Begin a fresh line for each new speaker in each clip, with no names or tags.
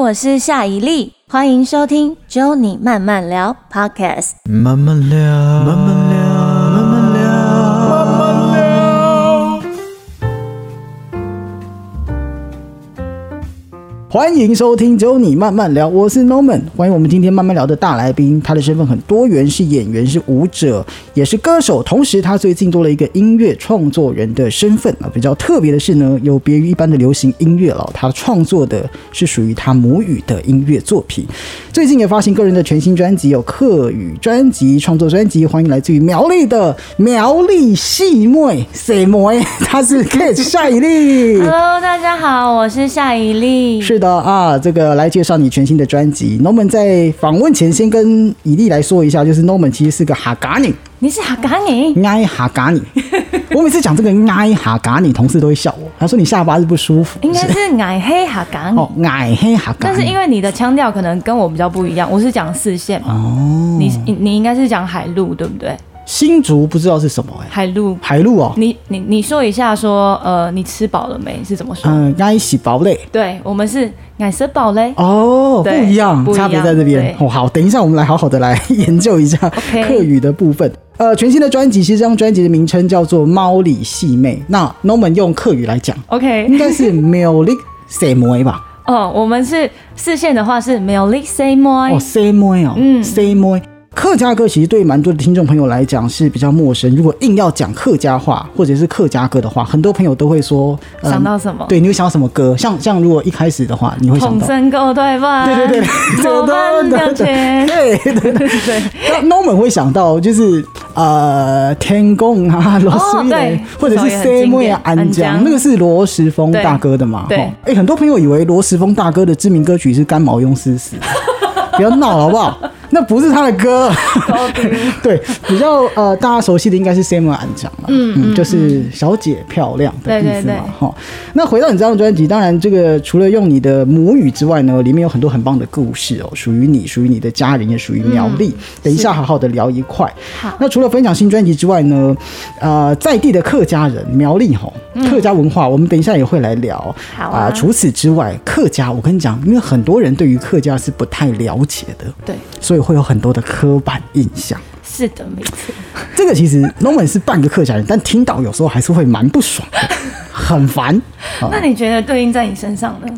我是夏一丽，欢迎收听《揪你慢慢聊》Podcast。
慢慢聊，慢慢聊，慢慢聊，慢慢聊。
欢迎收听《只有你慢慢聊》，我是 Norman，欢迎我们今天慢慢聊的大来宾。他的身份很多元，是演员，是舞者，也是歌手，同时他最近多了一个音乐创作人的身份啊。比较特别的是呢，有别于一般的流行音乐了，他创作的是属于他母语的音乐作品。最近也发行个人的全新专辑，有客语专辑、创作专辑，欢迎来自于苗栗的苗栗戏妹谁妹， 她是 Kate 夏以丽。
Hello，大家好，我是夏一丽。
是的啊，这个来介绍你全新的专辑。Norman 在访问前先跟以利来说一下，就是 Norman 其实是个哈嘎 尼，
你是欸哈嘎尼？
挨哈嘎尼。我每次讲这个挨哈嘎尼，同事都会笑我，他说你下巴是不舒服，
应该是矮黑哈嘎尼。
哦挨黑哈嘎
但
尼。
是因为你的腔调可能跟我比较不一样，我是讲四线嘛，哦、你你你应该是讲海陆对不对？
新竹不知道是什么哎、
海陆，
海陆哦，
你你你说一下说，呃，你吃饱了没？是怎么说？
嗯挨喜堡垒。
对我们是矮吃饱嘞。
哦，不
对
一样
不，一样
差别在这边。
对
哦，好，等一下我们来好好的来研究一下
OK
客语的部分。呃，全新的专辑，其实这张专辑的名称叫做《猫里戏妹》。那 Norman 用客语来讲，应
OK，
该是 “meo li se moi” 吧？
哦，我们是四线的话是 m e l i s a m o
哦，se moi 哦，
嗯
嗯，se moi。客家歌其实对蛮多的听众朋友来讲是比较陌生。如果硬要讲客家话或者是客家歌的话，很多朋友都会说，嗯
想到什么？
对，你会想到什么歌？像像如果一开始的话，你会想
统
到，
称够对吧？
对对对，
我们两千。
对对对
对对，
那 Norman 会想到就是呃天宫啊罗斯
哦对
威，或者是
这首也很
C
经典
妹啊安
安江
江，那个是罗时丰大哥的嘛？
对
哎、诶很多朋友以为罗时丰大哥的知名歌曲是《干毛庸思 死》，不要闹了好不好？那不是他的歌。
高低
对，比较呃大家熟悉的应该是 Sam 安讲了，嗯嗯，就是小姐漂亮的意
对对
思
对
嘛，哈。那回到你这张专辑，当然这个除了用你的母语之外呢，里面有很多很棒的故事哦，属于你，属于你的家人，也属于苗栗。
嗯
等一下好好的聊一块。
好
那除了分享新专辑之外呢，呃，在地的客家人苗栗吼，客家文化，我们等一下也会来聊。
嗯好啊
除此之外，客家我跟你讲，因为很多人对于客家是不太了解的，
对，
所以会有很多的刻板印象。
是的，没错。
这个其实 Norman 是半个客家人，但听到有时候还是会蛮不爽 的，很烦。啊
那你觉得对应在你身上呢？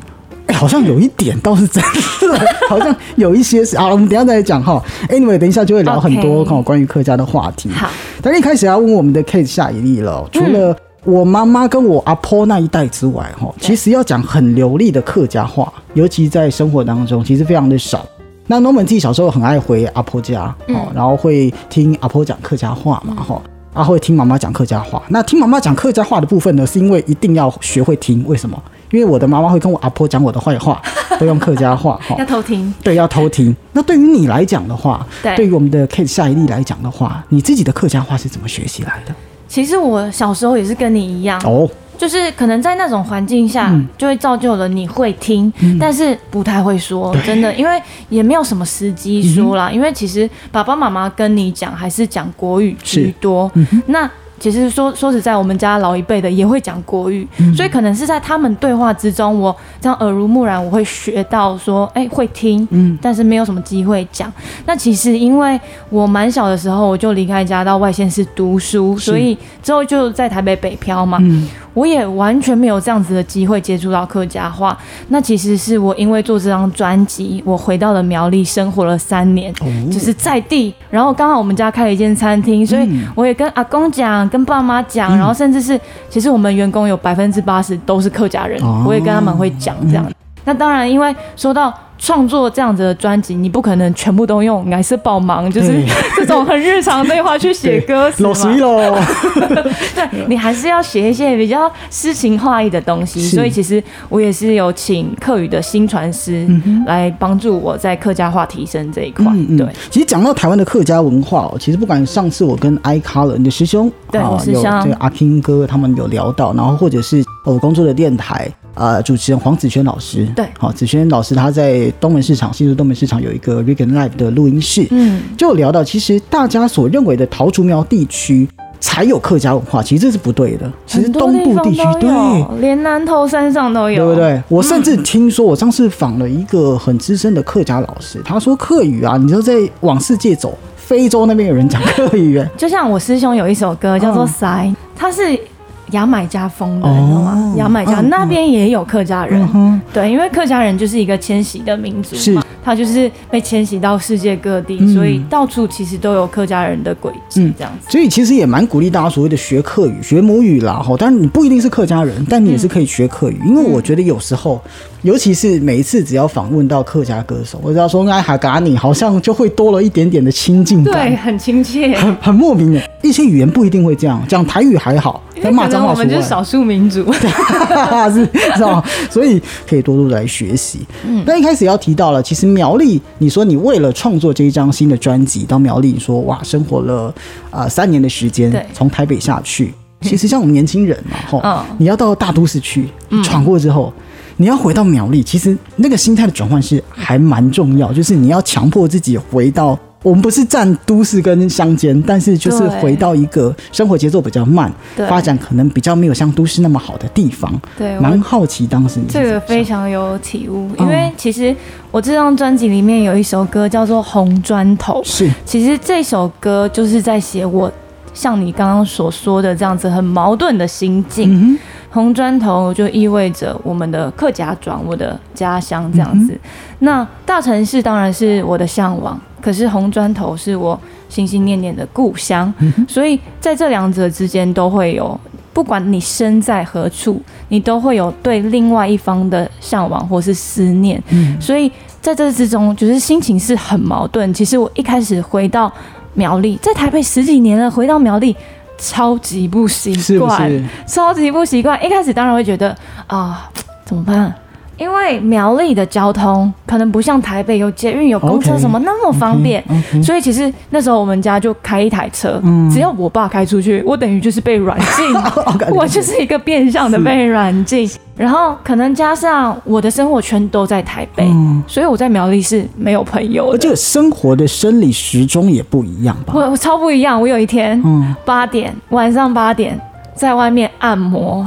哎好像有一点倒是真的，好像有一些是啊，我们等一下再来讲哈。Anyway，等一下就会聊很多
OK
哦关于客家的话题。
好，
但是一开始要问我们的 Kate 夏一丽了，除了我妈妈跟我阿婆那一代之外，哈，其实要讲很流利的客家话，尤其在生活当中，其实非常的少。那 Norman 自己小时候很爱回阿婆家，哦，然后会听阿婆讲客家话嘛，哈、啊，会听妈妈讲客家话。那听妈妈讲客家话的部分呢，是因为一定要学会听，为什么？因为我的妈妈会跟我阿婆讲我的坏话，都用客家话，哈、
要偷听。
对，要偷听。那对于你来讲的话，
对
对于我们的 Kate 夏一丽来讲的话，你自己的客家话是怎么学习来的？
其实我小时候也是跟你一样，
哦，
就是可能在那种环境下，就会造就了你会听，但是不太会说，真的，因为也没有什么时机说啦。因为其实爸爸妈妈跟你讲还是讲国语居多，那。其实说说实在，我们家老一辈的也会讲国语，所以可能是在他们对话之中，我这样耳濡目染，我会学到说，哎、会听，但是没有什么机会讲。那其实因为我蛮小的时候，我就离开家到外县市读书，所以之后就在台北北漂嘛，我也完全没有这样子的机会接触到客家话。那其实是我因为做这张专辑，我回到了苗栗生活了三年，
哦
就是在地。然后刚好我们家开了一间餐厅，所以
嗯
我也跟阿公讲，跟爸妈讲，然后甚至是其实我们员工有百分之八十都是客家人，
哦嗯
我也跟他们会讲这样。那当然，因为说到创作这样子的专辑，你不可能全部都用还是爆忙，就是
对
这种很日常对话去写歌词嘛
老师 喽，
对你还是要写一些比较诗情画意的东西，
是
所以其实我也是有请客语的新传师
嗯
来帮助我在客家话提升这一块。
嗯
对
嗯，，其实讲到台湾的客家文化哦，其实不管上次我跟 i color 你的师兄，
对我
啊，
师
有
兄
这个阿 King 哥他们有聊到，然后或者是呃我工作的电台呃主持人黄子轩老师，
对
好、子轩老师他在东门市场新竹东门市场有一个 Regan Live 的录音室，
嗯，
就有聊到，其实大家所认为的桃竹苗地区，才有客家文化，其实这是不对的，
其实东部地区
很多地方
对
都有嗯连南头山上都有，
对不？对？我甚至听说，我上次访了一个很资深的客家老师，他说客语啊，你就在往世界走，非洲那边有人讲客语、 欸，
就像我师兄有一首歌叫做
嗯
《塞》，他是牙买加风的，
哦
你知道吗？牙买加
嗯嗯
那边也有客家人
嗯，哼，
对，因为客家人就是一个迁徙的民族
是
嘛，他就是被迁徙到世界各地，
嗯
所以到处其实都有客家人的轨迹
嗯，
这样子。
所以其实也蛮鼓励大家所谓的学客语、学母语啦。哈，当然你不一定是客家人，但你也是可以学客语，因为我觉得有时候，尤其是每一次只要访问到客家歌手，我只要说哎哈嘎你，好像就会多了一点点的亲近
对，
感。
很亲 切。
很很莫名的，一些语言不一定会这样讲台语还好，
因
但
为
骂
可能
脏
我
话除
们就是
外。
少数民 族，
是知道吗，所以可以多多来学习。嗯，那一开始要提到了，其实苗栗，你说你为了创作这一张新的专辑，到苗栗，你说哇，生活了啊、呃三年的时间
对，
从台北下去。其实像我们年轻人嘛，吼，
嗯
你要到大都市去闯过之后，你要回到苗栗，其实那个心态的转换是还蛮重要，就是你要强迫自己回到。我们不是占都市跟乡间，但是就是
对
回到一个生活节奏比较慢，
对
发展可能比较没有像都市那么好的地方。
对我
蛮好奇当时你是
这
怎
个
么
非
想
常有体悟。因
嗯
为其实我这张专辑里面有一首歌叫做《红砖头》，
是
其实这首歌就是在写我像你刚刚所说的这样子很矛盾的心境。
嗯
红砖头就意味着我们的客家庄，我的家乡这样子。
嗯
那大城市当然是我的向往，可是红砖头是我心心念念的故乡，
嗯
所以在这两者之间都会有，不管你身在何处，你都会有对另外一方的向往或是思念。
嗯
所以在这之中，就是心情是很矛盾。其实我一开始回到苗栗，在台北十几年了，回到苗栗超级不习
哼，是不
惯，
是？
超级不习惯。一开始当然会觉得啊、怎么办？因为苗栗的交通可能不像台北有捷运、有公车
OK，
什么那么方便。
嗯哼
所以其实那时候我们家就开一台车，
嗯哦
只要我爸开出去，我等于就是被软 禁，我就是一个变相的被软禁。然后可能加上我的生活圈都在台北，
嗯
所以我在苗栗是没有朋友
而
的。
且生活的生理时钟也不一 样吧？
我我超不一样，我有一天
嗯，
八点晚上八点在外面按 摩，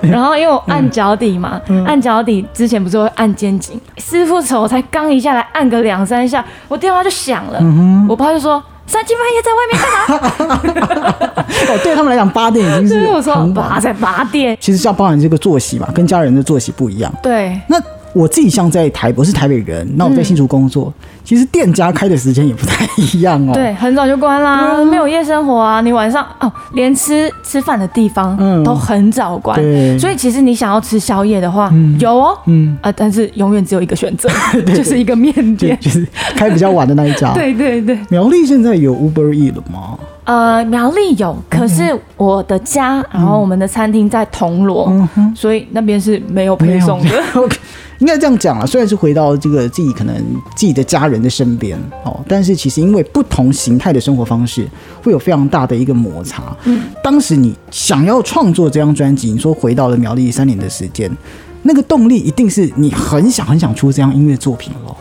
然后因为我按脚底嘛，
嗯
按脚底之前不是会按肩颈，师傅手才刚一下来按个两三下，我电话就响了，
嗯
我爸就说三更半夜在外面干嘛？
哦，对他们来讲，八点已经
所以
是
我说
很
爸
晚。
才八点，
其实像包含这个作息嘛，跟家人的作息不一样。
对，
那我自己像在台，我是台北人，那我在新竹工作，其实店家开的时间也不太一样哦。
嗯对，很早就关啦，没有夜生活啊。你晚上哦，连吃吃饭的地方
嗯
都很早关，
对
所以其实你想要吃宵夜的话，有哦，
嗯，
啊，但是永远只有一个选择，就是一个面
就
店。
就是开比较晚的那一家。，
对对对，
苗栗现在有 Uber E 了吗？
呃，苗栗有，可是我的家，然后我们的餐厅在铜锣，所以那边是没有配送的。
OK，应该这样讲啊，虽然是回到这个自己可能自己的家人的身边哦，但是其实因为不同形态的生活方式，会有非常大的一个摩擦。嗯，当时你想要创作这张专辑，你说回到了苗栗三年的时间，那个动力一定是你很想很想出这样音乐作品喽。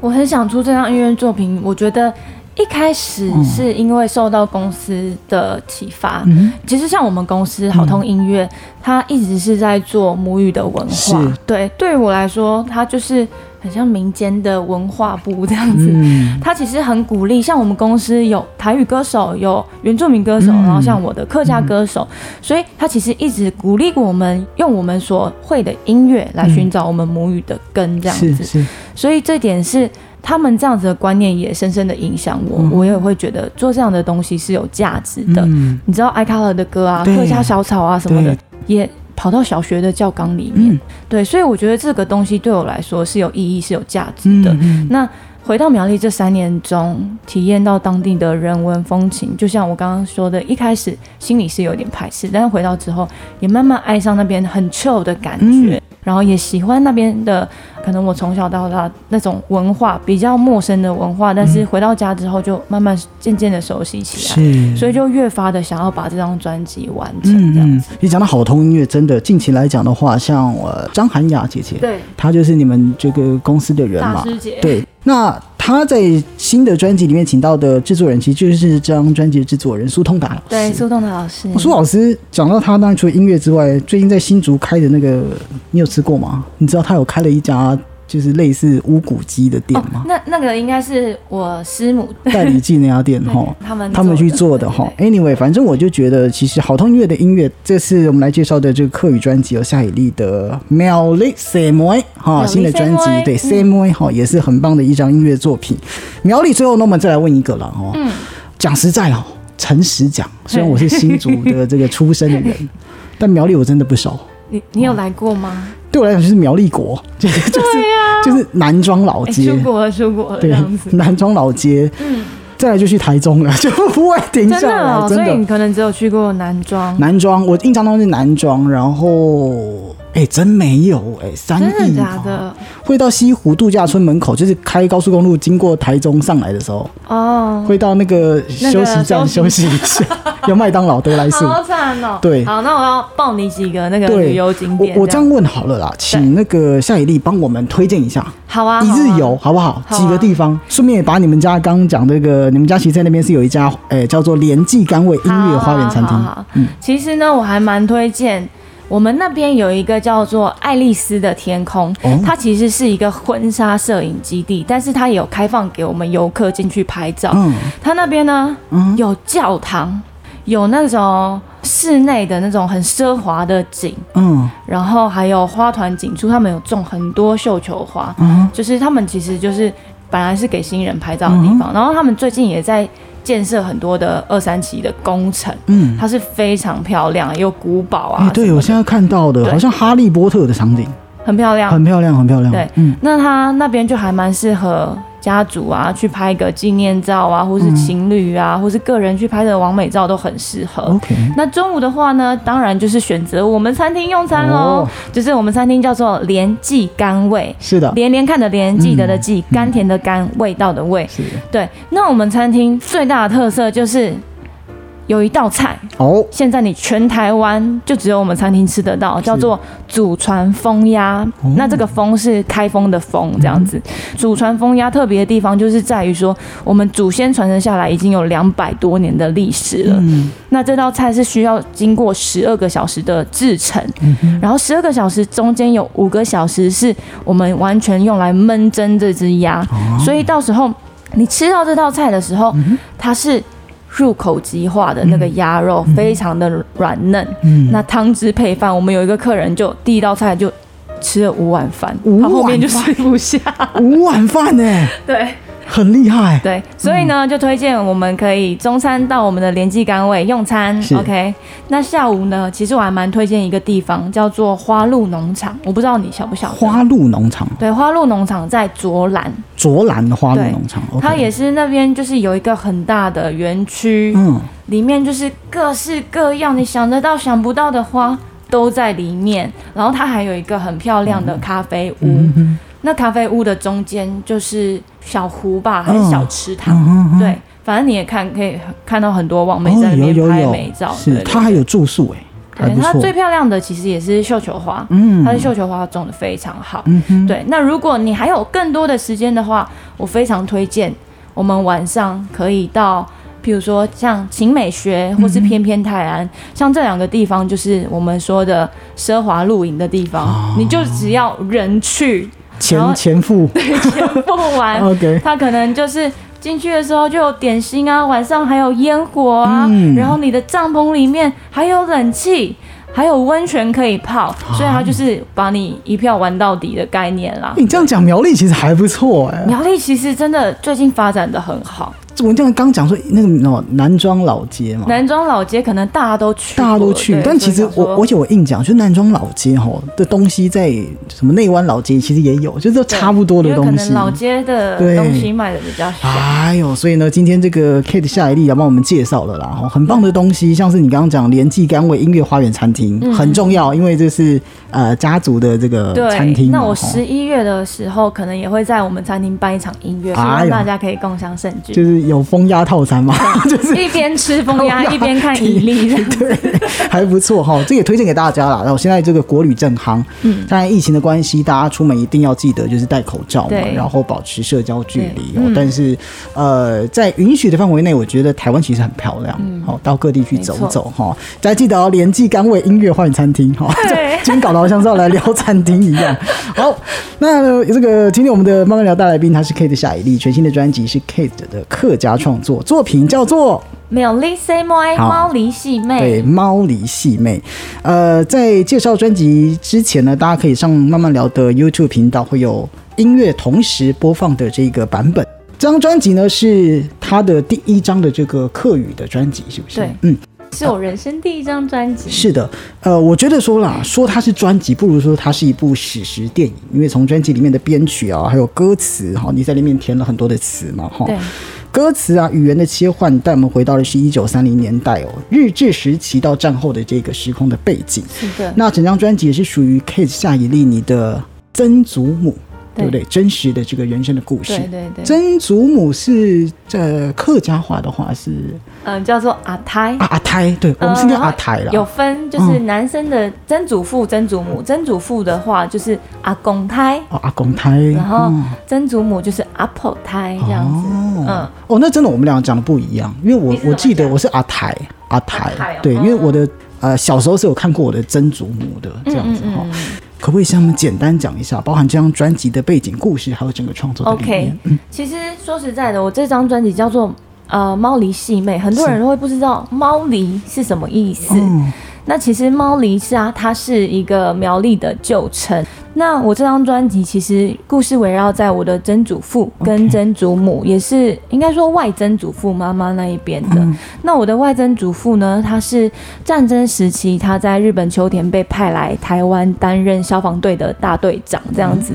我很想出这张音乐作品，我觉得一开始是因为受到公司的启发。
嗯，
其实像我们公司好通音乐，它一直是在做母语的文
是
化。对，对于我来说，它就是很像民间的文化部这样子。
嗯，
他其实很鼓励，像我们公司有台语歌手，有原住民歌手，
嗯
然后像我的客家歌手，所以他其实一直鼓励我们用我们所会的音乐来寻找我们母语的根，这样
嗯是
子。
是，
所以这点是他们这样子的观念也深深的影响我，我也会觉得做这样的东西是有价值的。
嗯
你知道艾卡尔的歌啊，
对
客家小草啊什么的
对，
也跑到小学的教纲里面。
嗯
对，所以我觉得这个东西对我来说是有意义、是有价值
嗯
的。
嗯
那回到苗栗这三年中，体验到当地的人文风情，就像我刚刚说的，一开始心里是有点排斥，但是
嗯
回到之后，也慢慢爱上那边很 chill 的感觉，然后也喜欢那边的可能我从小到大那种文化比较陌生的文化，但
嗯
是回到家之后就慢慢渐渐的熟悉起来，
是，
所以就越发的想要把这张专辑完成
嗯
这样。
嗯，你讲到好通音乐，真的近期来讲的话，像呃张涵雅姐姐，
对，
她就是你们这个公司的人
大
嘛，
师姐，
对。那她在新的专辑里面请到的制作人，其实就是这张专辑的制作人苏通达老师。
对，苏栋的老师，
苏老师讲到他，当然除了音乐之外，最近在新竹开的那个，你有吃过吗？你知道他有开了一家就是类似乌骨鸡的店
哦
吗？
那那个应该是我师母
代理记那家店哈。
他们
他们去
的
做的哈。
对
Anyway，反正我就觉得，其实好痛音乐的音乐，这次我们来介绍的这个客语专辑有夏雨丽的《苗栗 C 妹》哈，
苗栗
新的专辑
Same Way，
对
嗯
C 妹哈，也是很棒的一张音乐作品。苗栗最后，那我们再来问一个了哦，
嗯
讲实在哦，诚实讲，虽然我是新竹的这个出身的 人，但苗栗我真的不熟。
你你有来过 吗？
对我来讲就是苗栗国，就是就是、就是南庄老
啊哎，
街，
出国了，出国了，这
对
样，子。
南庄老街，
嗯，
再来就去台中了， 就不会停
真
下
的
来，
哦，
啊真
所以
的
你。可能只有去过男装，
男装，我印象中是男装，然后哎、真没有哎、三
真的
亿
假
哦？
的？
会到西湖度假村门口，就是开高速公路经过台中上来的时候，
哦，
会到那个
那
休
个
息站休
休
息一下， 有麦当劳、德来速。
好惨哦。
对
好，那我要报你几个那个
对
旅游景
我
点。
我这样问好了啦，请那个夏以丽帮我们推荐一下
好啊，
一
好啊
日游好不好？
好啊
几个地方，顺便也把你们家刚刚讲那个，你们家其实在那边是有一家哎、叫做联记甘味音乐花园餐厅，嗯
好好好其实呢，我还蛮推荐。我们那边有一个叫做爱丽丝的天空，
哦
它其实是一个婚纱摄影基地，但是它也有开放给我们游客进去拍照。
嗯
它那边呢有教堂，有那种室内的那种很奢华的景，
嗯
然后还有花团锦簇，他们有种很多绣球花，
嗯
就是他们其实就是本来是给新人拍照的地
嗯
方，然后他们最近也在建设很多的二三期的工程，
嗯，
它是非常漂亮，有古堡
哎、
啊，
对我现在看到的
对
好像哈利波特的场景。
很漂亮。
很漂亮，很漂亮。
对
嗯，
那它那边就还蛮适合家族啊去拍个纪念照啊，或
嗯
是情侣啊，或是个人去拍的完美照都很适合。
OK，
那中午的话呢，当然就是选择我们餐厅用餐喽。
哦
就是我们餐厅叫做连记甘味，
是的，
连连看的连，记得的记，甘甜的甘，味道的味。
是的。
对，那我们餐厅最大的特色就是有一道菜，
哦，
现在你全台湾就只有我们餐厅吃得到，叫做祖传风鸭。那这个风是开封的风，这样子。祖传风鸭特别的地方就是在于说，我们祖先传承下来已经有两百多年的历史了。
嗯，
那这道菜是需要经过十二个小时的制成，然后十二个小时中间有五个小时是我们完全用来焖蒸这只鸭，
哦
所以到时候你吃到这道菜的时候，它是。入口即化的那个鸭肉非常的软嫩，那汤汁配饭，我们有一个客人就第一道菜就吃了五碗饭，
五
他后面就
碗
吃不 下，
五碗饭呢，
对。
很厉害。
对，所以
嗯
呢，就推荐我们可以中餐到我们的联记岗位用餐
是。
OK，那下午呢，其实我还蛮推荐一个地方叫做花鹿农场，我不知道你晓不晓得。
花鹿农场，
对，花鹿农场在卓兰，
卓兰的花鹿农场，OK
它也是那边就是有一个很大的园区，
嗯，
里面就是各式各样你想得到想不到的花都在里面，然后它还有一个很漂亮的咖啡
嗯
屋。那咖啡屋的中间就是小湖吧，还是小池
嗯
塘？对，反正你也看可以看到很多网美在
哦，
那边
有有
拍
有
美照。，
是
对
它还有住宿哎，还
对，
不
它
错
最。漂亮的其实也是绣球花，
嗯
它的绣球花种的非常好。
嗯哼，
对，那如果你还有更多的时间的话，我非常推荐我们晚上可以到，譬如说像晴美学或是偏偏泰
嗯
安，像这两个地方，就是我们说的奢华露营的地方。
啊
你就只要人去，然
前
后
前付
钱不完，
，OK，
他可能就是。进去的时候就有点心啊，晚上还有烟火啊，
嗯
然后你的帐篷里面还有冷气，还有温泉可以泡，
啊
所以它就是把你一票玩到底的 概念啦。
你这样讲苗栗其实还不错哎，
苗栗其实真的最近发展的很好，
这我这样刚讲说那个哦男装老街嘛，
男装老街可能大家都去过，
啊大家都去
对，
但其实
所以想
我
说
而且我硬讲，就是男装老街吼的东西在什么内湾老街其实也有，就是都
对
差不多的
因为可
东
能
西。
老街的
对
东西卖的比较少。
哎呦，所以呢，今天这个 Kate 夏一丽要帮我们介绍了啦，吼很棒的东西，像是你刚刚讲联记甘味音乐花园餐厅、很重要，因为这是呃家族的这个餐
嗯对，
厅嘛。啊
那我
吼
十一月的时候，可能也会在我们餐厅办一场音乐，希
哎
望
呦
大家可以共享盛举，
就是有风鸭套餐 嘛，就是
一边吃风
风
鸭
鸭
一边看伊利，这样
对，还不错哈，这也推荐给大家啦。然后现在这个国旅正夯，嗯，当然疫情的关系，大家出门一定要记得就是戴口罩嘛
对，嗯
然后保持社交距离哦。但是呃，在允许的范围内，我觉得台湾其实很漂亮，好、到各地去走
嗯没错
走哈。大家记得哦，联记甘味音乐换餐厅哈。
对
今天搞得好像是要来聊餐厅一 样。好，那这个今天我们的慢慢聊大来宾，他是 Kate 的夏一丽，全新的专辑是 Kate 的客家创作作品，叫做。
没有 Lisa m o
好
猫狸细
对，
妹，
猫狸戏妹。呃，在介绍专辑之前呢，大家可以上慢慢聊的 YouTube 频道会有音乐同时播放的这个版本。这张专辑呢是他的第一张的这个客语的专辑，是不是
对？
嗯，
是我人生第一张专辑。
是的。呃，我觉得说啦，说它是专辑，不如说它是一部史实电影，因为从专辑里面的编曲啊，还有歌词哈，你在里面填了很多的词嘛哈。
对，
歌词啊，语言的切换带我们回到的是一九三零年代哦，日治时期到战后的这个时空的背景。
是的，
那整张专辑也是属于 Kate 夏以利你的曾祖母，
对
对不对？真实的这个人生的故事。
对对对，
曾祖母是呃客家话的话是
嗯，叫做阿胎
啊。阿胎，对我们是叫
然后
阿胎啦。
呃有分，就是
嗯
男生的曾祖父、曾祖母，曾祖父的话就是阿公胎，
哦，阿公胎，
然后
嗯
曾祖母就是阿婆胎这样子，嗯
哦，哦，那真的我们俩讲的不一样，因为我
你是怎
我
么
记得
讲
我是阿台，阿台，
阿台哦
对，
哦嗯
因为我的呃小时候是有看过我的曾祖母的这样子哈、可不可以向我们简单讲一下，包含这张专辑的背景故事，还有整个嗯创作的理
OK，
念？
其实说实在的，我这张专辑叫做呃《猫狸戏妹》，很多人都会不知道“猫狸”是什么意思。
嗯
那其实“猫狸”是啊，它是一个苗栗的旧称。那我这张专辑其实故事围绕在我的曾祖父
OK
跟曾祖母也是应该说外曾祖父妈妈那一边的。那我的外曾祖父呢，他是战争时期他在日本秋田被派来台湾担任消防队的大队长这样子，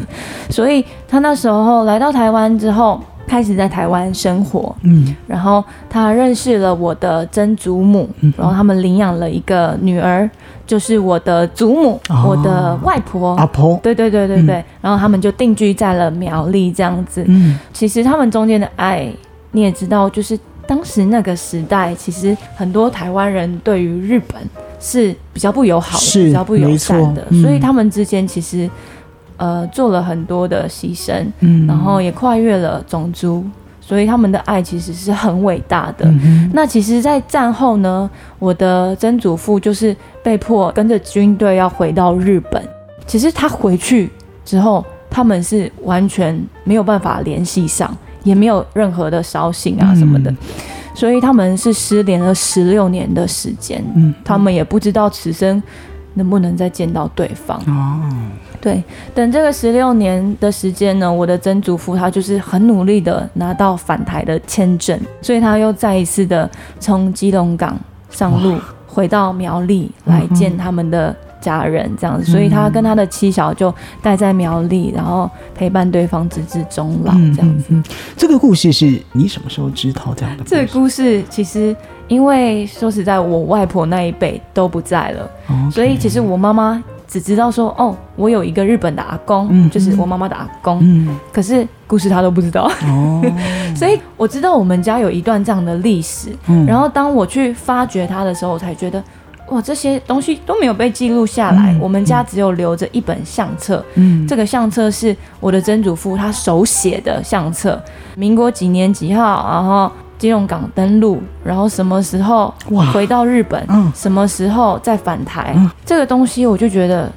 所以他那时候来到台湾之后，开始在台湾生活，
嗯，
然后他认识了我的曾祖母，
嗯
然后他们领养了一个女儿，就是我的祖母，
哦啊
我的外婆。
阿婆，
对对对对对，然后他们就定居在了苗栗这样子。
嗯，
其实他们中间的爱，你也知道，就是当时那个时代，其实很多台湾人对于日本是比较不友好的，
是
比较不友善的
没错，嗯
所以他们之间其实呃做了很多的牺牲，
嗯
然后也跨越了种族，所以他们的爱其实是很伟大的。
嗯
那其实，在战后呢，我的曾祖父就是被迫跟着军队要回到日本。其实他回去之后，他们是完全没有办法联系上，也没有任何的捎信啊什么的，
嗯
所以他们是失联了十六年的时间。
嗯
他们也不知道此生能不能再见到对方。嗯
哦，
对，等这个十六年的时间呢，我的曾祖父他就是很努力的拿到返台的签证，所以他又再一次的从基隆港上路回到苗栗来见他们的家人，这
嗯
样子，所以他跟他的妻小就待在苗栗，然后陪伴对方直至终老这样子。
嗯，这个故事是你什么时候知道这样的故事？
这个故事其实，因为说实在，我外婆那一辈都不在了，
哦
所以其实我妈妈只知道说，哦，我有一个日本的阿公，
嗯
就是我妈妈的阿公，
嗯，
可是故事她都不知道，
哦，
所以我知道我们家有一段这样的历史。
嗯
然后当我去发掘它的时候，我才觉得，哇，这些东西都没有被记录下来，
嗯
我们家只有留着一本相册。
嗯
这个相册是我的曾祖父他手写的相册，民国几年几号，然后基隆港登陆，然后什么时候
哇
回到日本
嗯，
什么时候再返台
嗯，
这个东西我就觉得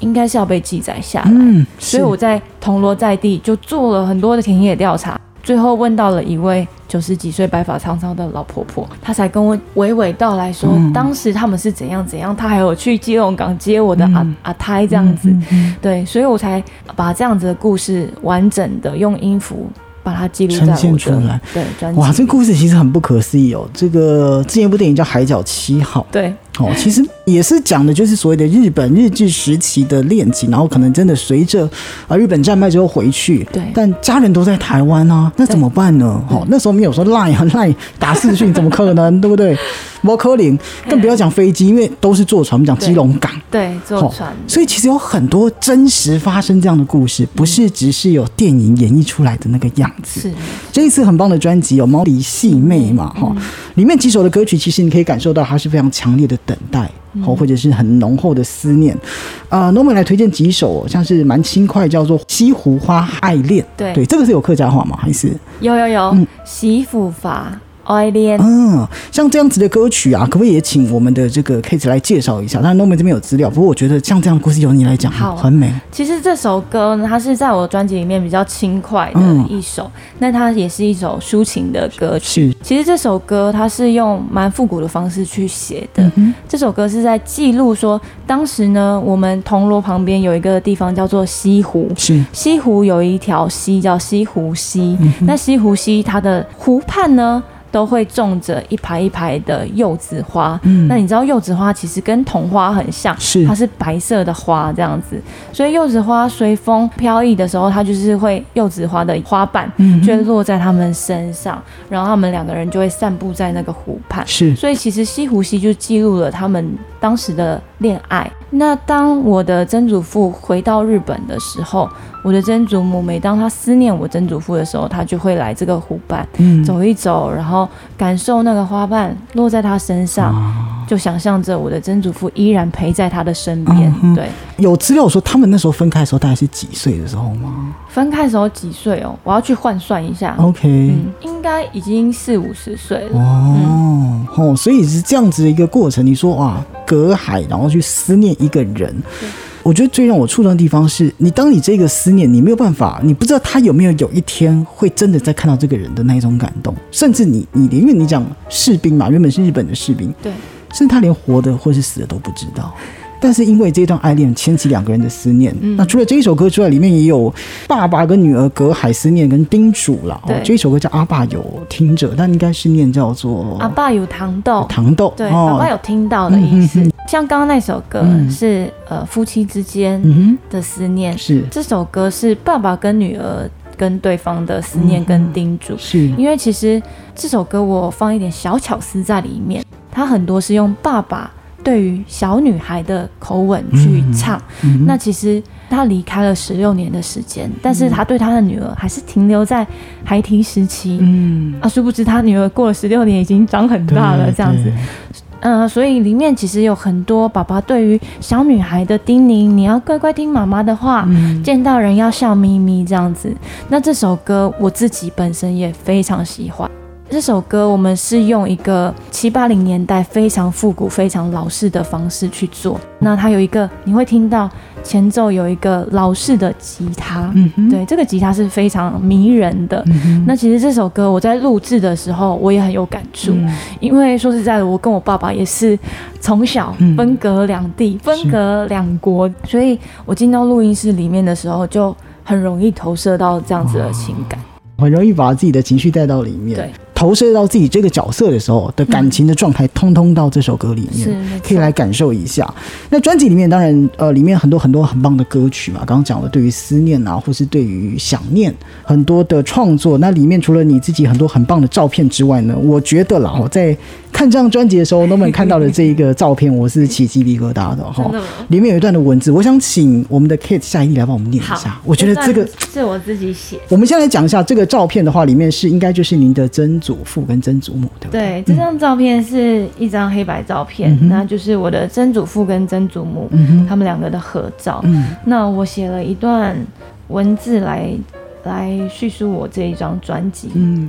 应该是要被记载下来。
嗯，
所以我在铜锣在地就做了很多的田野调查，最后问到了一位九十几岁白发苍苍的老婆婆，她才跟我娓娓道来说，
嗯
当时他们是怎样怎样，她还有去基隆港接我的阿、
嗯
阿胎这样子，
嗯嗯嗯
对，所以我才把这样子的故事完整的用音符把它记录在
呈现
我
出来
的对专辑。
哇，这故事其实很不可思议哦。这个之前一部电影叫《海角七号》，
对
哦，其实也是讲的就是所谓的日本日治时期的恋情，然后可能真的随着啊日本战败之后回去，
对
但家人都在台湾啊，那怎么办呢？哦，那时候没有说赖啊 赖打视讯，怎么可能，对不 对？摩柯林，更不要讲飞机，因为都是坐船，我们讲基隆港。
对，坐
哦
船，
所以其实有很多真实发生这样的故事，不是只是有电影演绎出来的那个样子。
是
这一次很棒的专辑有《猫狸戏妹》嘛，
嗯
哈、里面几首的歌曲，其实你可以感受到它是非常强烈的等待，
嗯
哦，或者是很浓厚的思念。啊、n o r m a n 来推荐几首、哦，像是蛮轻快，叫做《西湖花爱恋》。
对
对，这个是有客家话吗？还是
有有有，洗腐法爱恋，
嗯，像这样子的歌曲啊，可不可以也请我们的这个 Kate 来介绍一下？当然 Norman 这边有资料，不过我觉得像这样的故事由你来讲，
好啊
很美。
其实这首歌呢，它是在我专辑里面比较轻快的
嗯
一首，那它也是一首抒情的歌曲。
是，
其实这首歌它是用蛮复古的方式去写的，
嗯哼
这首歌是在记录说，当时呢，我们铜锣旁边有一个地方叫做西湖，
是，
西湖有一条溪叫西湖溪，
嗯
那西湖溪它的湖畔呢？都会种着一排一排的柚子花，
嗯
那你知道柚子花其实跟桐花很像，
是
它是白色的花这样子，所以柚子花随风飘逸的时候，它就是会柚子花的花瓣
嗯
就会落在他们身上，然后他们两个人就会散步在那个湖畔，
是，
所以其实西湖西就记录了他们当时的恋爱。那当我的曾祖父回到日本的时候，我的曾祖母每当她思念我曾祖父的时候，她就会来这个湖畔
嗯，
走一走，然后感受那个花瓣落在她身上，
啊
就想象着我的曾祖父依然陪在她的身边。
嗯哼
对，
有资料说他们那时候分开的时候大概是几岁的时候吗
分开的时候几岁哦？我要去换算一下。
？OK，、
嗯，应该已经四五十岁了。
哦，哦，所以是这样子的一个过程。你说哇，隔海然后去思念一个人，我觉得最让我触动的地方是你，当你这个思念，你没有办法，你不知道他有没有有一天会真的再看到这个人的那一种感动，甚至你你连因为你讲士兵嘛，原本是日本的士兵，
对，
甚至他连活的或是死的都不知道。但是因为这段爱恋牵起两个人的思念，
嗯
那除了这一首歌之外，里面也有爸爸跟女儿隔海思念跟叮嘱啦。哦
对，
这一首歌叫阿爸有听着，但应该是念叫做
阿爸有糖豆，
糖豆。
哦
哦
对，爸爸有听到的意思。像刚刚那首歌
嗯
是呃夫妻之间
嗯
的思念
哼，，是
这首歌是爸爸跟女儿跟对方的思念跟叮嘱。
是，
因为其实这首歌我放一点小巧思在里面，它很多是用爸爸对于小女孩的口吻去唱。
嗯
那其实他离开了十六年的时间，但是他对他的女儿还是停留在孩提时期。
嗯，
啊，殊不知他女儿过了十六年，已经长很
对
大了，这样子
对。
呃，所以里面其实有很多爸爸对于小女孩的叮咛，你要乖乖听妈妈的话，
嗯
见到人要笑眯眯这样子。那这首歌我自己本身也非常喜欢。这首歌我们是用一个七八零年代非常复古、非常老式的方式去做。那它有一个，你会听到前奏有一个老式的吉他，
嗯哼，
对，这个吉他是非常迷人的。
嗯哼，
那其实这首歌我在录制的时候，我也很有感触，
嗯
因为说实在的，我跟我爸爸也是从小
嗯
分隔两地、分隔两国，所以我进到录音室里面的时候，就很容易投射到这样子
哦
的情感。
很容易把自己的情绪带到里面，
对，
投射到自己这个角色的时候的感情的状态，通通到这首歌里面
是没，错
可以来感受一下。那专辑里面当然，呃，里面很多很多很棒的歌曲嘛，刚刚讲了对于思念啊，或是对于想念很多的创作。那里面除了你自己很多很棒的照片之外呢，我觉得啦，我哦在看这张专辑 的时候，n o m a n 看到的这一个照片，我是起鸡皮疙瘩的哦哈
真的吗。
里面有一段的文字，我想请我们的 Kate 下一集来帮我们念一下
好。，
我觉得这个
是我自己写。
我们先来讲一下这个照片的话，里面是应该就是您的曾祖父跟曾祖母，对嗯不
对，
对？
这张照片是一张黑白照片，那就是我的曾祖父跟曾祖母、
嗯
他们两个的合照。那我写了一段文字来来叙述我这一张专辑。
嗯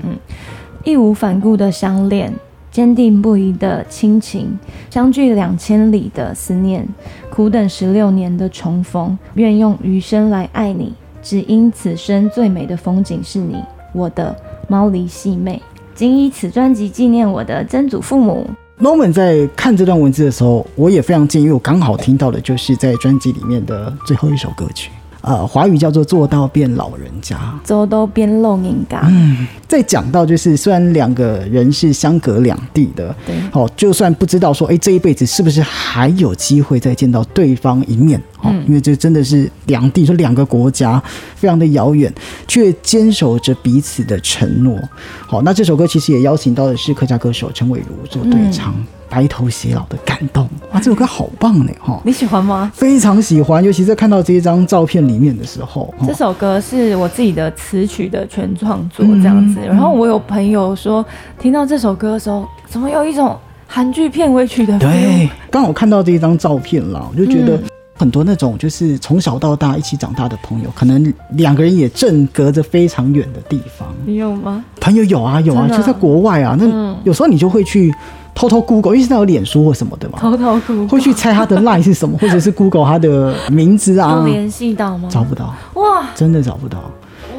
义无反顾的相恋，坚定不移的亲情，相距两千里的思念，苦等十六年的重逢，愿用余生来爱你，只因此生最美的风景是你，我的猫狸细妹。谨以此专辑纪念我的曾祖父母。
Norman 在看这段文字的时候，我也非常建议，因为我刚好听到的就是在专辑里面的最后一首歌曲。呃华语叫做做到变老人家。
周都边露眼嘎，
嗯再讲到就是，虽然两个人是相隔两地的
对，
好、就算不知道说，哎，这一辈子是不是还有机会再见到对方一面？哦，因为这真的是两地，就两个国家，非常的遥远，却坚守着彼此的承诺。好、那这首歌其实也邀请到的是客家歌手陈伟如做对唱，白头偕老的感动。哇，这首歌好棒呢！哈、
你喜欢吗？
非常喜欢，尤其在看到这一张照片里面的时候，哦
这首歌是我自己的词曲的全创作
嗯
这样子。然后我有朋友说，听到这首歌的时候，怎么有一种韩剧片尾曲的 feel？
哎
对，刚好看到这一张照片啦，我就觉
嗯
得很多那种就是从小到大一起长大的朋友，可能两个人也正隔着非常远的地方。
你有吗？
朋友有啊有啊，
真的嗯
就在国外啊，那有时候你就会去偷偷 Google，因为现在有脸书或什么的嘛，
偷偷哭，
会去猜他的 line 是什么，或者是 Google 他的名字
有
啊，
联系到吗？
找不到，
哇
真的找不到。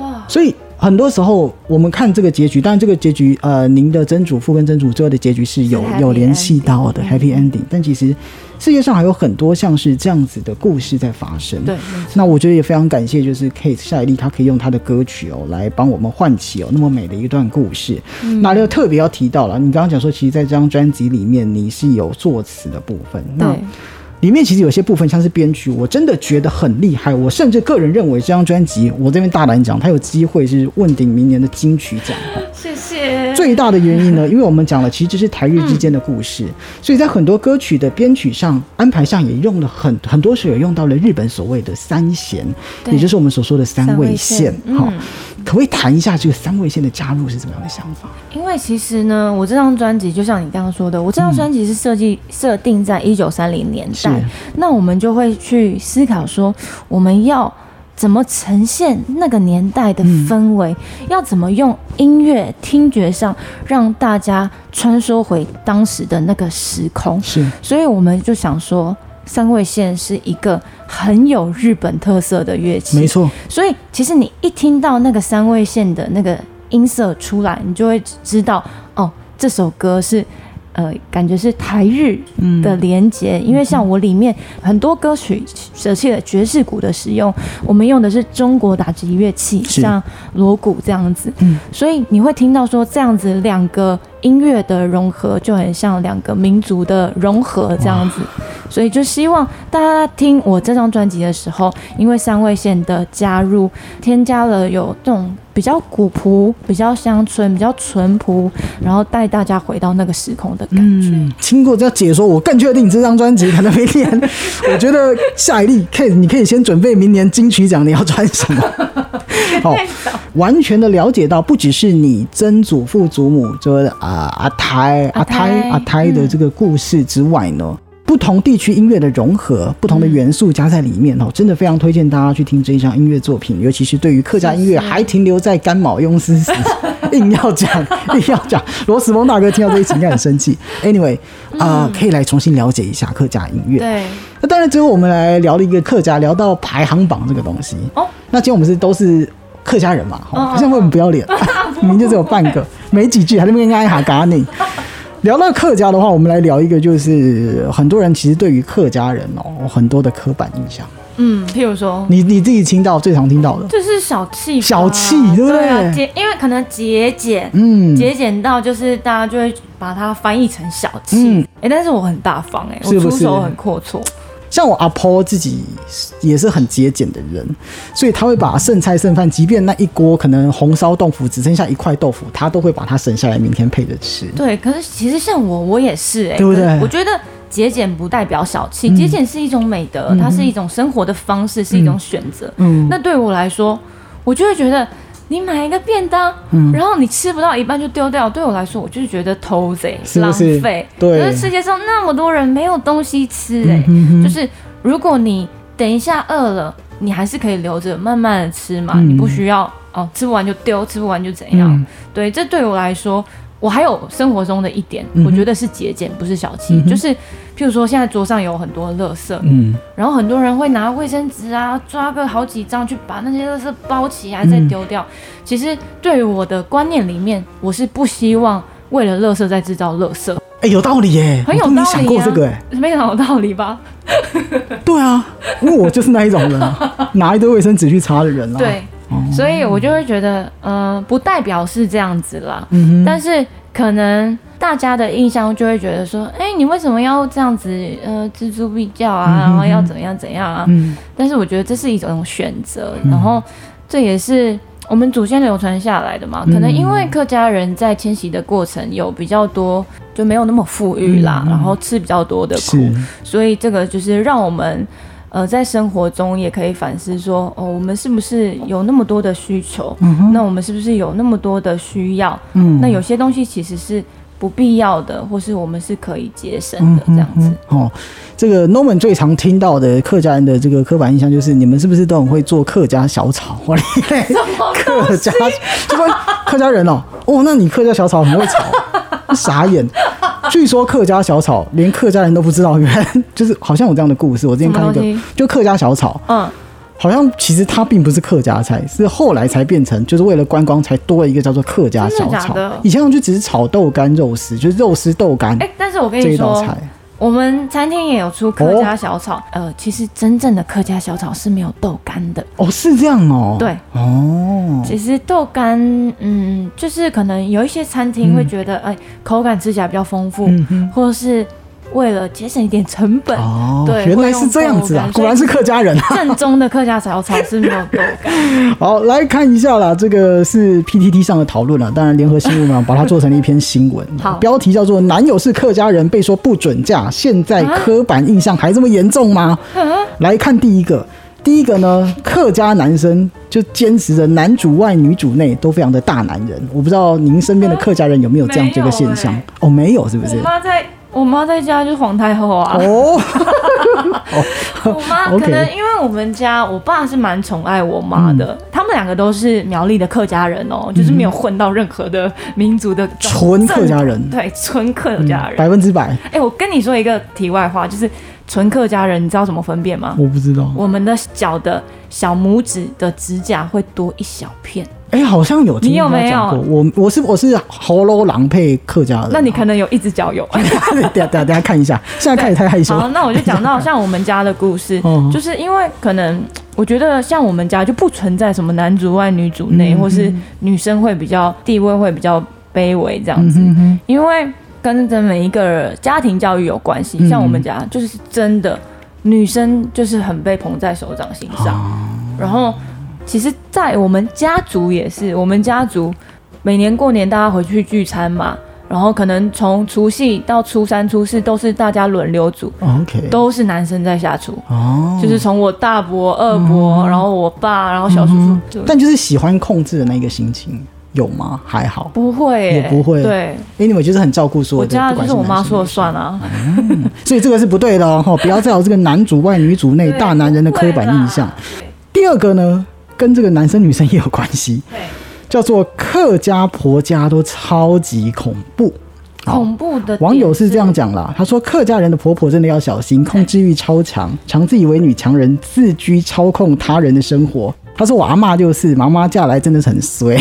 哇，
所以很多时候我们看这个结局，当然这个结局，呃，您的曾祖父跟曾祖最后的结局是有
是 happy
有联系到的 happy ending，但其实世界上还有很多像是这样子的故事在发生。
对，没错
那我觉得也非常感谢，就是 Kate 夏一丽，她可以用她的歌曲哦，来帮我们唤起哦那么美的一段故事。
嗯
那又特别要提到了，你刚刚讲说，其实在这张专辑里面，你是有作词的部分。那
对，
里面其实有些部分像是编曲，我真的觉得很厉害。我甚至个人认为这张专辑，我这边大胆讲，它有机会是问鼎明年的金曲奖。
谢谢。
最大的原因呢，因为我们讲了，其实这是台日之间的故事，所以在很多歌曲的编曲上、安排上也用了很很多时候有用到了日本所谓的三弦，
对
也就是我们所说的三味
三
线
味。线
好、可不可以谈一下这个三味线的加入是怎么样的想法？
因为其实呢，我这张专辑就像你刚刚说的，我这张专辑是设计设定在一九三零年代
嗯是，
那我们就会去思考说，我们要怎么呈现那个年代的氛
嗯
围，要怎么用音乐听觉上让大家穿梭回当时的那个时空，
是
所以我们就想说，三味线是一个很有日本特色的乐器，
没错，
所以其实你一听到那个三味线的那个音色出来，你就会知道哦，这首歌是。呃，感觉是台日
嗯
的连结，因为像我里面很多歌曲舍弃了爵士鼓的使用，我们用的是中国打击乐器，
是嗯
像锣鼓这样子，所以你会听到说这样子两个音乐的融合，就很像两个民族的融合这样子。所以就希望大家听我这张专辑的时候，因为三味线的加入，添加了有这种比较古朴、比较乡村、比较淳朴，然后带大家回到那个时空的感觉。
嗯，经过这解说，我更确定这张专辑可能明年，我觉得下一粒 Kate，你可以先准备明年金曲奖你要穿什么。好，完全的了解到，不只是你曾祖父祖母，就是啊阿胎
阿
阿胎
胎
阿胎的这个故事之外呢。不同地区音乐的融合，不同的元素加在里面哦，真的非常推荐大家去听这一张音乐作品，尤其是对于客家音乐还停留在干毛庸丝丝，硬要讲硬要讲，罗斯蒙大哥听到这一集应该很生气。Anyway，啊、可以来重新了解一下客家音乐。
对，
那当然，最后我们来聊了一个客家，聊到排行榜这个东西。
哦，
那今天我们是都是客家人嘛，
嗯
好像会很不要 脸，明明就只有半个，没几句还在那边跟挨哈嘎你。聊到客家的话，我们来聊一个，就是很多人其实对于客家人哦，很多的刻板印象。
嗯，譬如说。
你你自己听到最常听到的，
就是小气吧，
小气对不对
对啊，节因为可能节俭，
嗯，
节俭到就是大家就会把它翻译成小气，哎、
嗯
但是我很大方、哎，我
是不嗯
出
是
手很阔绰，
像我阿婆自己也是很节俭的人，所以她会把剩菜剩饭，即便那一锅可能红烧豆腐只剩下一块豆腐，她都会把它省下来，明天配着吃。
对。可是其实像我，我也是、哎，
对不对嗯
可是我觉得节俭不代表小气，节俭是一种美德，它是一种生活的方式，是一种选择。
嗯
那对我来说，我就会觉得。你买一个便当，
嗯
然后你吃不到一半就丢掉，对我来说，我就是觉得偷贼、
是不
浪
是
费。
对嗯
可是世界上那么多人没有东西吃、哎、就是如果你等一下饿了，你还是可以留着慢慢的吃嘛，你不需要哦，吃不完就丢，吃不完就怎样。
嗯
对，这对我来说，我还有生活中的一点，
嗯
我觉得是节俭，不是小气。就是譬如说，现在桌上有很多垃圾，
嗯，
然后很多人会拿卫生纸啊，抓个好几张去把那些垃圾包起来再丢掉。其实对于我的观念里面，我是不希望为了垃圾再制造垃圾，
哎、有道理耶、
很有
我都没
道理
想过
啊
这个哎、
非常有道理吧？
对啊，因为我就是那一种 人啊，拿一堆卫生纸去擦的人啊。
对，所以我就会觉得，呃，不代表是这样子啦，
嗯哼，
但是可能大家的印象就会觉得说，哎、你为什么要这样子，呃，锱铢必较啊，然后要怎样怎样啊？
嗯
但是我觉得这是一种选择，然后这也是我们祖先流传下来的
嗯
嘛。可能因为客家人在迁徙的过程有比较多，就没有那么富裕啦，然后吃比较多的苦
嗯是，
所以这个就是让我们。呃，在生活中也可以反思说，哦，我们是不是有那么多的需求？那我们是不是有那么多的需要？
嗯
那有些东西其实是不必要的，或是我们是可以节省的这样子。
哦，这个 Norman 最常听到的客家人的这个刻板印象就是，你们是不是都很会做客家小炒？ 我嘞
啊
客家就说客家人哦，哦，那你客家小炒很会炒，傻眼。据说客家小炒连客家人都不知道，原来就是好像有这样的故事。我之前看一
什
个
么东西，
就客家小炒，
嗯，
好像其实它并不是客家菜，是后来才变成，就是为了观光才多了一个叫做客家小
真的假
炒
的。
以前他们就只是炒豆干肉丝，就是肉丝豆干
哎、但是我跟
这
你
一道
说，
菜。
我们餐厅也有出客
哦
家小炒，呃，其实真正的客家小炒是没有豆干的。
哦，是这样哦。
对，
哦，
其实豆干，嗯，就是可能有一些餐厅会觉得，
嗯
哎、口感吃起来比较丰富，或是为了节省一点成本，
哦，
对
原来是这样子啊
会用豆干，
果然是客家人啊。
正宗的客家小炒是没有豆 干。
好，来看一下啦，这个是 PTT 上的讨论了，当然联合新闻网把它做成了一篇新闻
好，
标题叫做“男友是客家人被说不准嫁，现在刻板印象还这么严重吗？”
啊
来看第一个。第一个呢，客家男生就坚持着男主外女主内都非常的大男人。我不知道您身边的客家人有没有这样这个现象？
没有
哦，没有，是不是
我？妈在，我妈在家就是皇太后啊。
哦，
我妈
OK
可能因为我们家我爸是蛮宠爱我妈的，
嗯
他们两个都是苗栗的客家人哦，就是没有混到任何的民族的
纯客家人嗯
正对，纯客家人。
百分之百，
哎、我跟你说一个题外话，就是纯客家人，你知道怎么分辨吗？
我不知道。
我们的脚的小拇指的指甲会多一小片，
哎、好像有听
你有
人家
没
讲
有
过。我我是我是喉咙狼配客家人，
那你 可能有一只脚有。
等下等下等下看一下，现在看也太害羞
好，
了。
那我就讲到像我们家的故 事
哦，
就是因为可能我觉得像我们家就不存在什么男主外女主
嗯
内，或是女生会比较地位会比较卑微这样子，
嗯哼，
因为跟着每一个家庭教育有关系。
嗯
像我们家就是真的女生就是很被捧在手掌心上，
啊
然后其实，在我们家族也是，我们家族每年过年大家回去聚餐嘛。然后可能从除夕到初三、初四都是大家轮流煮，
哦 OK，
都是男生在下厨，
哦，
就是从我大伯、二伯，然后我爸，然后小叔叔，就
嗯但就是喜欢控制的那个心情有吗？还好
不会耶，
也不会
对，
，anyway 就是很照顾所
我
有的，
家
不
的就
管
是我妈
男生
说了
女生，
算啊，
所以这个是不对 的哦，吼不要再有这个男主外女主内
对
哎大男人的刻板印象。。第二个呢，跟这个男生女生也有关系，
不会啦
叫做客家婆家都超级恐怖。哦
对，
好
恐怖的
网友是这样
点
讲啦，他说客家人的婆婆真的要小心，控制欲超强，常自以为女强人，自居操控他人的生活。他说我阿嬷就是，妈妈嫁来真的是很衰，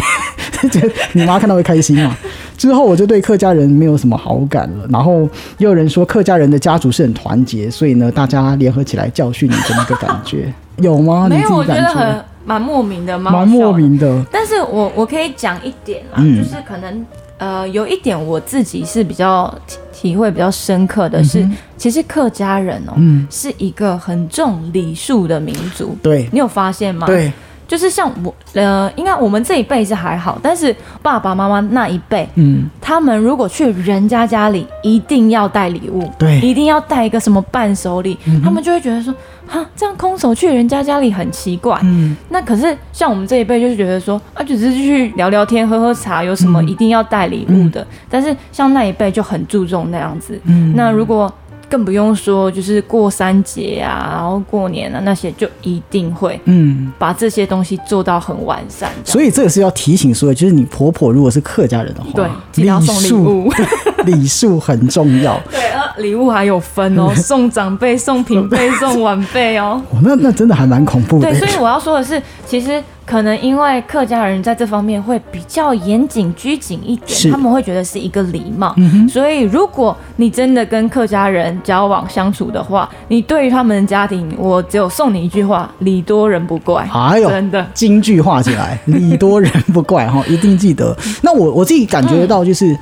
觉得你妈看到会开心嘛。之后我就对客家人没有什么好感了。然后也有人说客家人的家族是很团结，所以呢，大家联合起来教训你的那个感觉， 有吗？
是，
你
没
自
有，
己
我觉
感
得
觉
很蛮莫名的，好
蛮
笑的
莫。名的，
但是我我可以讲一点啦，
嗯
就是可能呃有一点我自己是比较体体会比较深刻的是，其实客家人哦、
嗯
是一个很重礼数的民族，
对
你有发现吗？
对，
就是像我，呃，应该我们这一辈是还好，但是爸爸妈妈那一辈，
嗯，
他们如果去人家家里，一定要带礼物，
对嗯
一定要带一个什么伴手礼，他们就会觉得说，哈，这样空手去人家家里很奇怪。
嗯，
那可是像我们这一辈就是觉得说，啊，就只是去聊聊天、喝喝茶，有什
嗯
么一定要带礼物的？但是像那一辈就很注重那样子。
嗯
那如果更不用说，就是过三节啊，然后过年啊那些，就一定会。
嗯。
把这些东西做到很完善。这样
所以这个是要提醒所有，就是你婆婆如果是客家人的话，
对，记得要送礼
数
物。
礼数很重要。
对，呃，礼物还有分哦，送长辈、送平辈、送晚辈哦。
哦、那那真的还蛮恐怖的
对，。所以我要说的是，其实可能因为客家人在这方面会比较严谨、拘谨一
是
点，他们会觉得是一个礼貌。所以如果你真的跟客家人交往相处的话，你对于他们的家庭，我只有送你一句话：礼多人不怪。
哎呦，
真的
京剧化起来，礼多人不怪哈， 一定记得。那我我自己感觉得到，就是、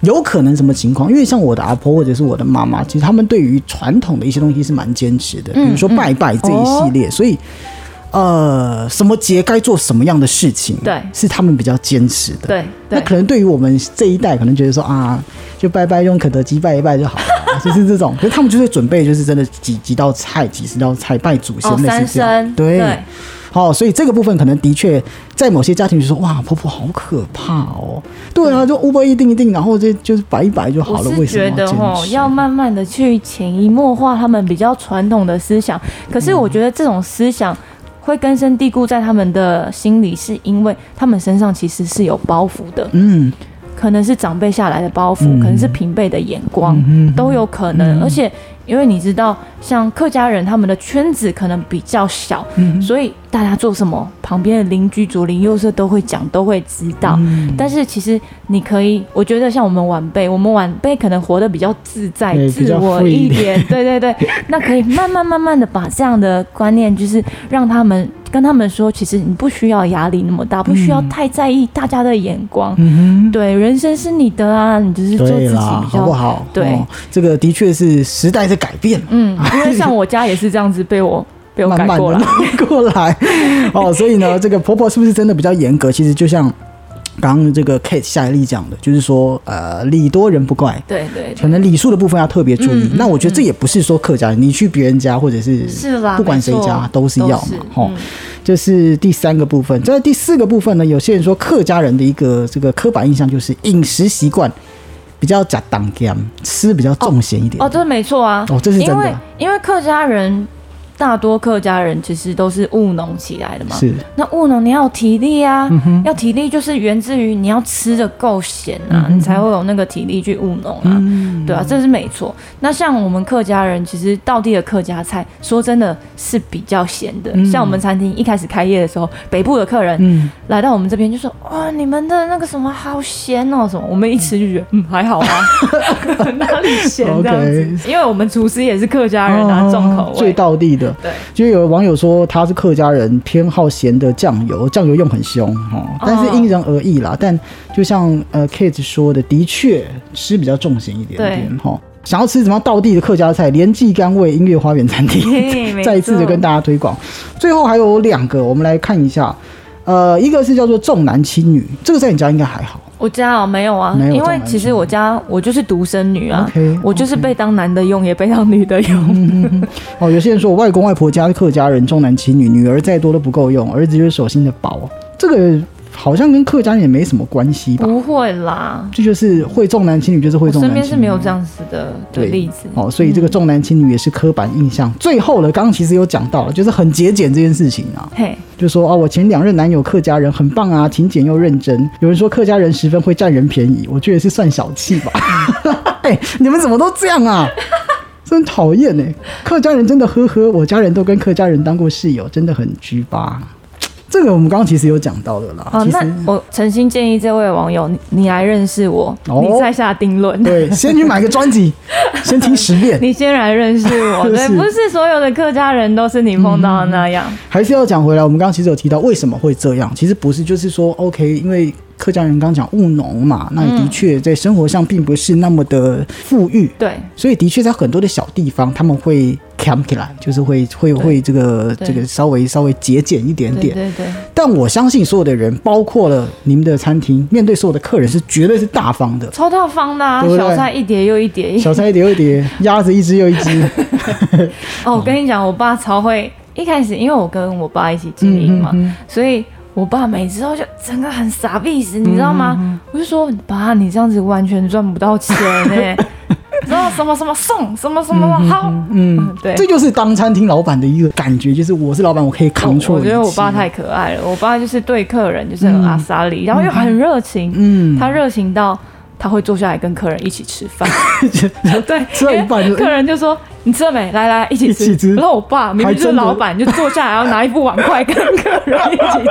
有可能什么情况？因为像我的阿婆或者是我的妈妈，其实他们对于传统的一些东西是蛮坚持的，比
嗯
如说拜拜这一系
哦
列，所以。呃，什么节该做什么样的事情，
对
是他们比较坚持的。
对
那
对
可能对于我们这一代，可能觉得说啊，就拜拜用肯德基拜一拜就 好了，就是这种。可是他们就会准备，就是真的几几道菜，几十道菜拜祖先，
哦，
类
三
似这样。
生对
好、所以这个部分可能的确在某些家庭就说，哇，婆婆好可怕哦。对啊，就 Uber 一定一定，然后这就是摆一摆就
我
好了。
是
为什么
觉得
要
吼
坚，持
要慢慢的去潜移默化他们比较传统的思想。可
嗯
是我觉得这种思想会根深蒂固在他们的心里，是因为他们身上其实是有包袱的，
嗯，
可能是长辈下来的包袱，
嗯
可能是平辈的眼光，都有可能。而且因为你知道，像客家人他们的圈子可能比较小，
嗯
所以大家做什么，旁边的邻居、左邻右舍都会讲，都会知道。
嗯
但是其实你可以，我觉得像我们晚辈，我们晚辈可能活得比较自在、
对比
自
较
我
free
一点，对 对对。那可以慢慢慢慢的把这样的观念，就是让他们跟他们说，其实你不需要压力那么大，不需
嗯
要太在意大家的眼光。对，人生是你的啊，你嗯就是做自己
对
比较
啦，好不好？
对
哦这个的确是时代在改变。
嗯，因为像我家也是这样子被 我被我
慢
改
慢
过
的
了。
弄过来。 哦，所 以呢，这个婆婆是不是真的比较严格？其实就像刚刚这个 Kate 夏丽讲的，就是说，呃，礼多人不怪。
对对
可
对，
能礼数的部分要特别注意。
嗯嗯
那我觉得这也不是说客家人，你去别人家或者是
是啦，
不管谁家
没错嗯
都是要嘛，吼。这是第三个部分。在第四个部分呢，有些人说客家人的一个这个刻板印象就是饮食习惯比较假当干，吃比较重咸一点。
哦，这没错啊，
哦这是真的
因为因为客家人大多客家人其实都是务农起来的嘛，
是，
那务农你要有体力啊，
嗯
要体力就是源自于你要吃的够咸
嗯
啊，你才会有那个体力去务农啊，对啊，这是没错。那像我们客家人，其实道地的客家菜，说真的是比较咸的。像我们餐厅一开始开业的时候，北部的客人
嗯，
来到我们这边就说：“哇，你们的那个什么好咸哦，什么？”我们一吃就觉得，嗯，还 好啊， 哪里咸这样
OK
子？因为我们厨师也是客家人啊，
哦
重口
最
味。
道地的。
对，
就有网友说他是客家人，偏好咸的酱油，酱油用很凶哦，但是因人而异啦。但就像呃 Kate 说的，的确吃比较重咸一点点哈。哦想要吃什么道地的客家菜，连记甘味音乐花园餐
嘿
厅，
没
再一次的
错
跟大家推广。最后还有两个，我们来看一下。呃，一个是叫做重男轻女，这个在你家应该还好。
我家哦、没有啊，
没有
因
重男
为
轻
其实我家我就是独生女啊
OK，
我就是被当男的用，也被当女的用。
哦，有些人说我外公外婆家是客家人，重男轻女，女儿再多都不够用，儿子就是手心的宝。这个好像跟客家人也没什么关系 吧？
不会啦，
这就是会重男轻女，就是
嗯
会
我
重男
身
轻女。
边是没有这样子的的
对
例子。
哦，所以这个重男轻女也是刻板印象。最后呢，刚刚其实有讲到了，就是很节俭这件事情啊，
嘿，
就说啊、我前两任男友客家人很棒啊，勤俭又认真。有人说客家人十分会占人便宜，我觉得是算小气吧。 哎、你们怎么都这样啊？真讨厌哎！客家人真的呵呵，我家人都跟客家人当过室友，真的很居巴。这个我们刚刚其实有讲到的啦。
哦，
其实
那我诚心建议这位网友，你你来认识我，
哦
你再下定论。
对，先去买个专辑，先听十 遍。
你先来认识 我，对，
是嗯
不是所有的客家人都是你碰到的那样，
还是要讲回来，我们刚刚其实有提到为什么会这样，其实不是，就是说，OK，因为客家人刚讲务农嘛，
嗯
那的确在生活上并不是那么的富裕，
对，
所以的确在很多的小地方他们会 camp 起来，就是会会会这个
对
这个稍微稍微节俭一点
对
点。
对对，
但我相信所有的人，包括了你们的餐厅，面对所有的客人是绝对是大方的，
超大方的、啊
对不，对
小菜一碟又一碟。
小菜一碟又一碟，鸭子一只又一只。
哦，我跟你讲，我爸超会，一开始因为我跟我爸一起经营嘛，所以我爸每次都就整个很傻逼死，你知道吗？我就说爸，你这样子完全赚不到钱呢、 然后什么什么送什么什么好，嗯， 对，
这就是当餐厅老板的一个感觉，就是我是老板，我可以扛住。
我觉得我爸 太可嗯爱了，我爸就是对客人就是很阿萨里，然后又很热情，
嗯，
他热情到。他会坐下来跟客人一起吃饭。 对，
吃到一半就
因为客人就说：“你吃了没？来来，一起吃。”
一起吃
然后我爸明
还
明
真
就是
的
老板，就坐下来，然后拿一副碗筷跟客人一起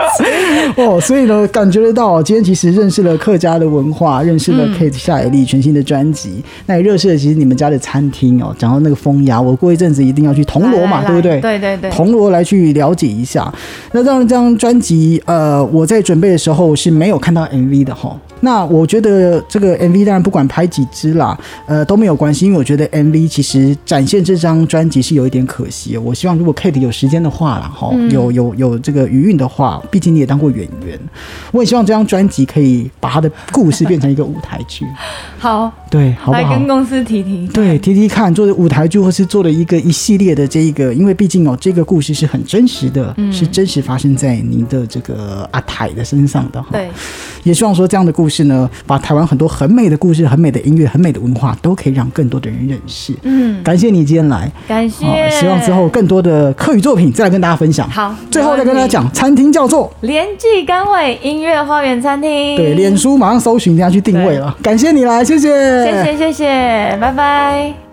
吃。
哦，所以呢，感觉得到，今天其实认识了客家的文化，认识
嗯
了 Kate 夏野丽全新的专辑，那也认识了其实你们家的餐厅哦。讲到那个风雅，我过一阵子一定要去铜锣嘛，
来来来
对不对？
对对对
铜锣来去了解一下。那当然，这张专辑，呃，我在准备的时候是没有看到 MV 的哈。那我觉得这个 MV 当然不管拍几支啦，呃都没有关系，因为我觉得 MV 其实展现这张专辑是有一点可惜。我希望如果 Kate 有时间的话啦，哈、
嗯
有有有这个余韵的话，毕竟你也当过演员，我很希望这张专辑可以把他的故事变成一个舞台剧，
好，
对，好 不
来
好
跟？公司提提。
对，提提看，做的舞台剧或是做了一个一系列的这一个，因为毕竟哦，这个故事是很真实的，
嗯
是真实发生在您的这个阿泰的身上的哈。
对，
也希望说这样的故事呢，把台湾很多很美的故事、很美的音乐、很美的文化，都可以让更多的人认识。
嗯，
感谢你今天来，哦
感谢。
希望之后更多的课语作品再来跟大家分享。
好
最后再跟大家讲，餐厅叫做
连记甘味音乐花园餐厅。
对，脸书马上搜寻，大家去定位了。感谢你来，谢谢，
谢谢谢谢，拜拜。